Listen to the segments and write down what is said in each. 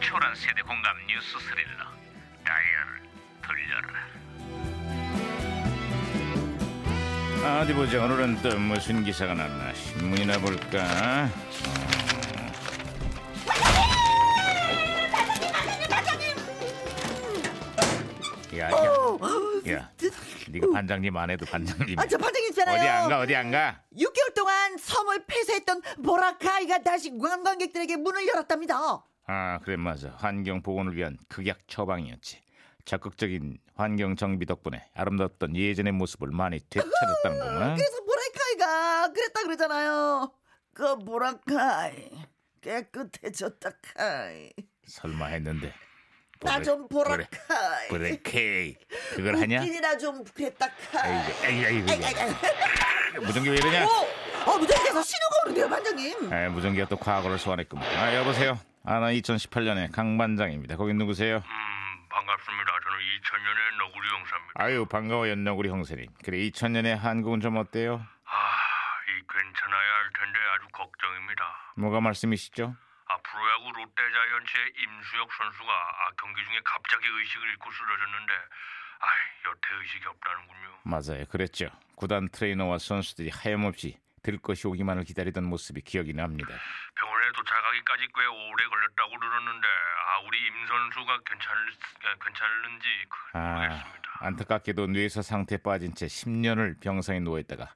초월한 세대 공감 뉴스 스릴러 다이얼 돌려라 아, 어디 보자 오늘은 또 무슨 기사가 났나 신문이나 볼까 어. 야, 야, 야, 네가 반장님 안 해도 반장님 아, 저 반장님 어디 있잖아요. 안 가, 어디 안 가. 6개월 동안 섬을 폐쇄했던 보라카이가 다시 관광객들에게 문을 열었답니다. 아, 그래 맞아. 환경 복원을 위한 극약 처방이었지. 적극적인 환경 정비 덕분에 아름다웠던 예전의 모습을 많이 되찾았다는 거구나. 아, 그래서 보라카이가 그랬다 그러잖아요. 그 보라카이 깨끗해졌다 카이. 설마 했는데. 나 좀 보라- 보라카이. 보라- 브레이크. 그걸 하냐? 웃기니라 좀 그랬다 카이. 아이고, 아이고, 아이고, 아이, 아이, 아이. 무전기 왜 이러냐? 오, 어 무전기에서 신호가 오는데요, 반장님. 아, 무전기가 또 과거를 소환했구만. 아, 여보세요. 아, 나 2018년에 강반장입니다. 거기 누구세요? 음, 반갑습니다. 저는 2000년의 너구리 형사입니다. 아유, 반가워, 연나구리 형사님. 그래, 2000년에 한국은 좀 어때요? 아, 이 괜찮아야 할 텐데 아주 걱정입니다. 뭐가 말씀이시죠? 아, 프로야구 롯데자이언츠의 임수혁 선수가 아, 경기 중에 갑자기 의식을 잃고 쓰러졌는데, 아, 여태 의식이 없다는군요. 맞아요. 그랬죠. 구단 트레이너와 선수들이 하염없이 들 것이 오기만을 기다리던 모습이 기억이 납니다. 병원에 도착하기까지 꽤 오래 걸렸다고 들었는데, 아, 우리 임 선수가 괜찮을, 아, 괜찮은지 그- 아, 모르겠습니다. 안타깝게도 뇌사 상태에 빠진 채 10년을 병상에 누워 있다가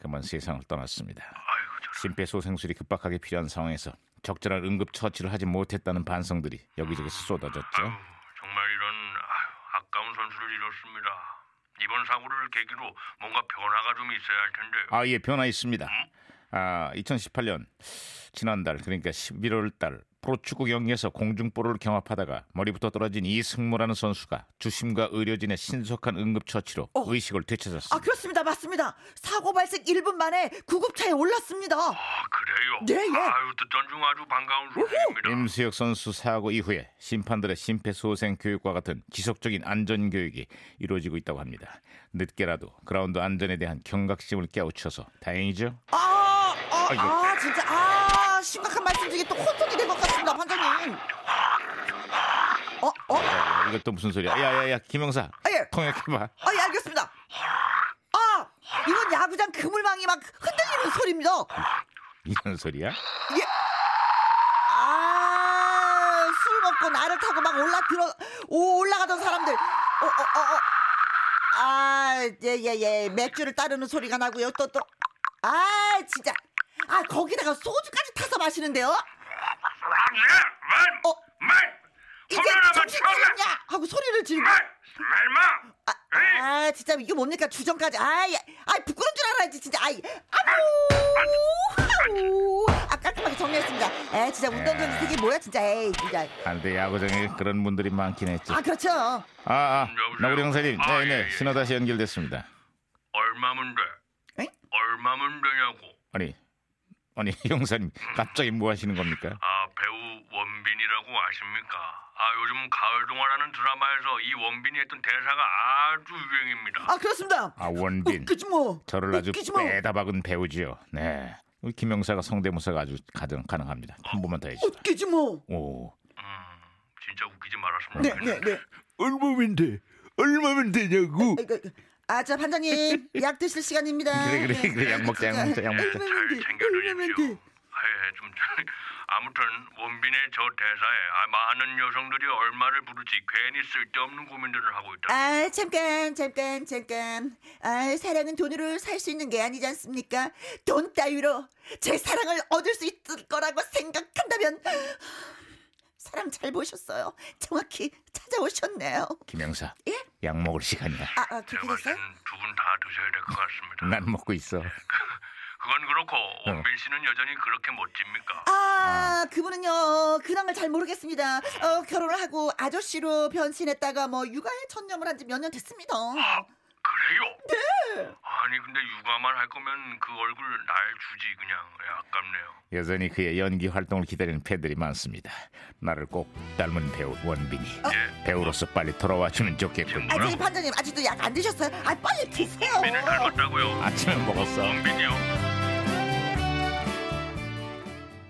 그만 세상을 떠났습니다. 아이고, 저 심폐소생술이 급박하게 필요한 상황에서 적절한 응급 처치를 하지 못했다는 반성들이 여기저기서 쏟아졌죠. 정말 이런 아유, 아까운 선수를 잃었습니다. 이번 사고를 계기로 뭔가 변화가 좀 있어야 할 텐데. 아, 예, 변화 있습니다. 아, 2018년 지난달 그러니까 11월 달 프로축구 경기에서 공중볼을 경합하다가 머리부터 떨어진 이승모라는 선수가 주심과 의료진의 신속한 응급 처치로 의식을 되찾았습니다. 아 그렇습니다, 맞습니다. 사고 발생 1분 만에 구급차에 올랐습니다. 아 그래요? 네, 예. 네. 아유 듣던 중 아주 반가운 소식입니다. 임수혁 선수 사고 이후에 심판들의 심폐소생 교육과 같은 지속적인 안전 교육이 이루어지고 있다고 합니다. 늦게라도 그라운드 안전에 대한 경각심을 깨우쳐서 다행이죠. 아, 아, 아이고. 아, 진짜 아 심각한 말씀 중에 또 혼선이 된 것 같습니다, 반장님. 어, 어, 야, 이것도 무슨 소리야? 야야야, 김영사 아, 예, 통역해봐. 아, 예, 알겠습니다. 아, 이건 야구장 그물망이 막 흔들리는 소리입니다. 이런 소리야? 예, 아, 술 먹고 나를 타고 막 올라 들어 오, 올라가던 사람들, 어, 어, 어, 어. 아, 예, 예, 예, 맥주를 따르는 소리가 나고요, 또 또, 아, 진짜, 아, 거기다가 소주까지 타서 마시는데요. 안돼 어. 말말 이제 정신 차렸냐 하고 소리를 지르고 말말마 아, 아 진짜 이게 뭡니까 주정까지 아이 아이 부끄러운 줄 알아야지 진짜 아이 아우 아우 아 깔끔하게 정리했습니다 에 진짜 운동장이 되게 뭐야 진짜 에이 진짜 안돼 야구장에 그런 분들이 많긴 했지. 아 그렇죠 아, 아 여보세요? 나구리 형사님, 아, 네네 예, 예. 신호 다시 연결됐습니다. 얼마면 돼? 에? 얼마면 되냐고? 아니 아니 형사님 갑자기 뭐 하시는 겁니까? 아 배우 원빈이라고 아십니까? 아 요즘 가을 동화라는 드라마에서 이 원빈이 했던 대사가 아주 유행입니다. 아 그렇습니다 아 원빈. 웃기지 뭐 저를 아주 웃기지 뭐 빼다 박은 배우지요. 네. 우리 김영사가 성대모사가 아주 가능, 가능합니다. 한 번만 더 해주세요. 웃기지 뭐 오. 음, 진짜 웃기지 말았으면 네 좋겠네. 네네 얼마면 돼? 얼마면 되냐고? 아자 반장님 약 드실 시간입니다 네. 그래 그래 그래 약 먹자 약 먹자 약 먹자. 잘 챙겨드십시오. 아예 좀 아무튼 원빈의 저 대사에 아, 많은 여성들이 얼마를 부를지 괜히 쓸데없는 고민들을 하고 있다. 아 잠깐 잠깐 잠깐 아 사랑은 돈으로 살 수 있는 게 아니지 않습니까 돈 따위로 제 사랑을 얻을 수 있을 거라고 생각한다면 사람 잘 보셨어요 정확히 찾아오셨네요 김영사. 예? 약 먹을 시간이야. 아, 아 제가 그렇게 봤을 땐 됐어요 두 분 다 드셔야 될 것 같습니다. 난 먹고 있어. 그건 그렇고 원빈 씨는 여전히 그렇게 멋집니까? 아 그분은요 근황을 잘 모르겠습니다 어 결혼을 하고 아저씨로 변신했다가 뭐 육아에 전념을 한 지 몇 년 됐습니다 그래요? 네. 아니 근데 육아만 할 거면 그 얼굴 날 주지 그냥 예, 아깝네요. 여전히 그의 연기 활동을 기다리는 팬들이 많습니다. 나를 꼭 닮은 배우 원빈이 예. 배우로서 빨리 돌아와 주면 좋겠군. 아 저기 반장님 아직도 약 안 드셨어요 아 빨리 드세요 아. 원빈을 닮았다고요. 아침에 먹었어. 원빈이요?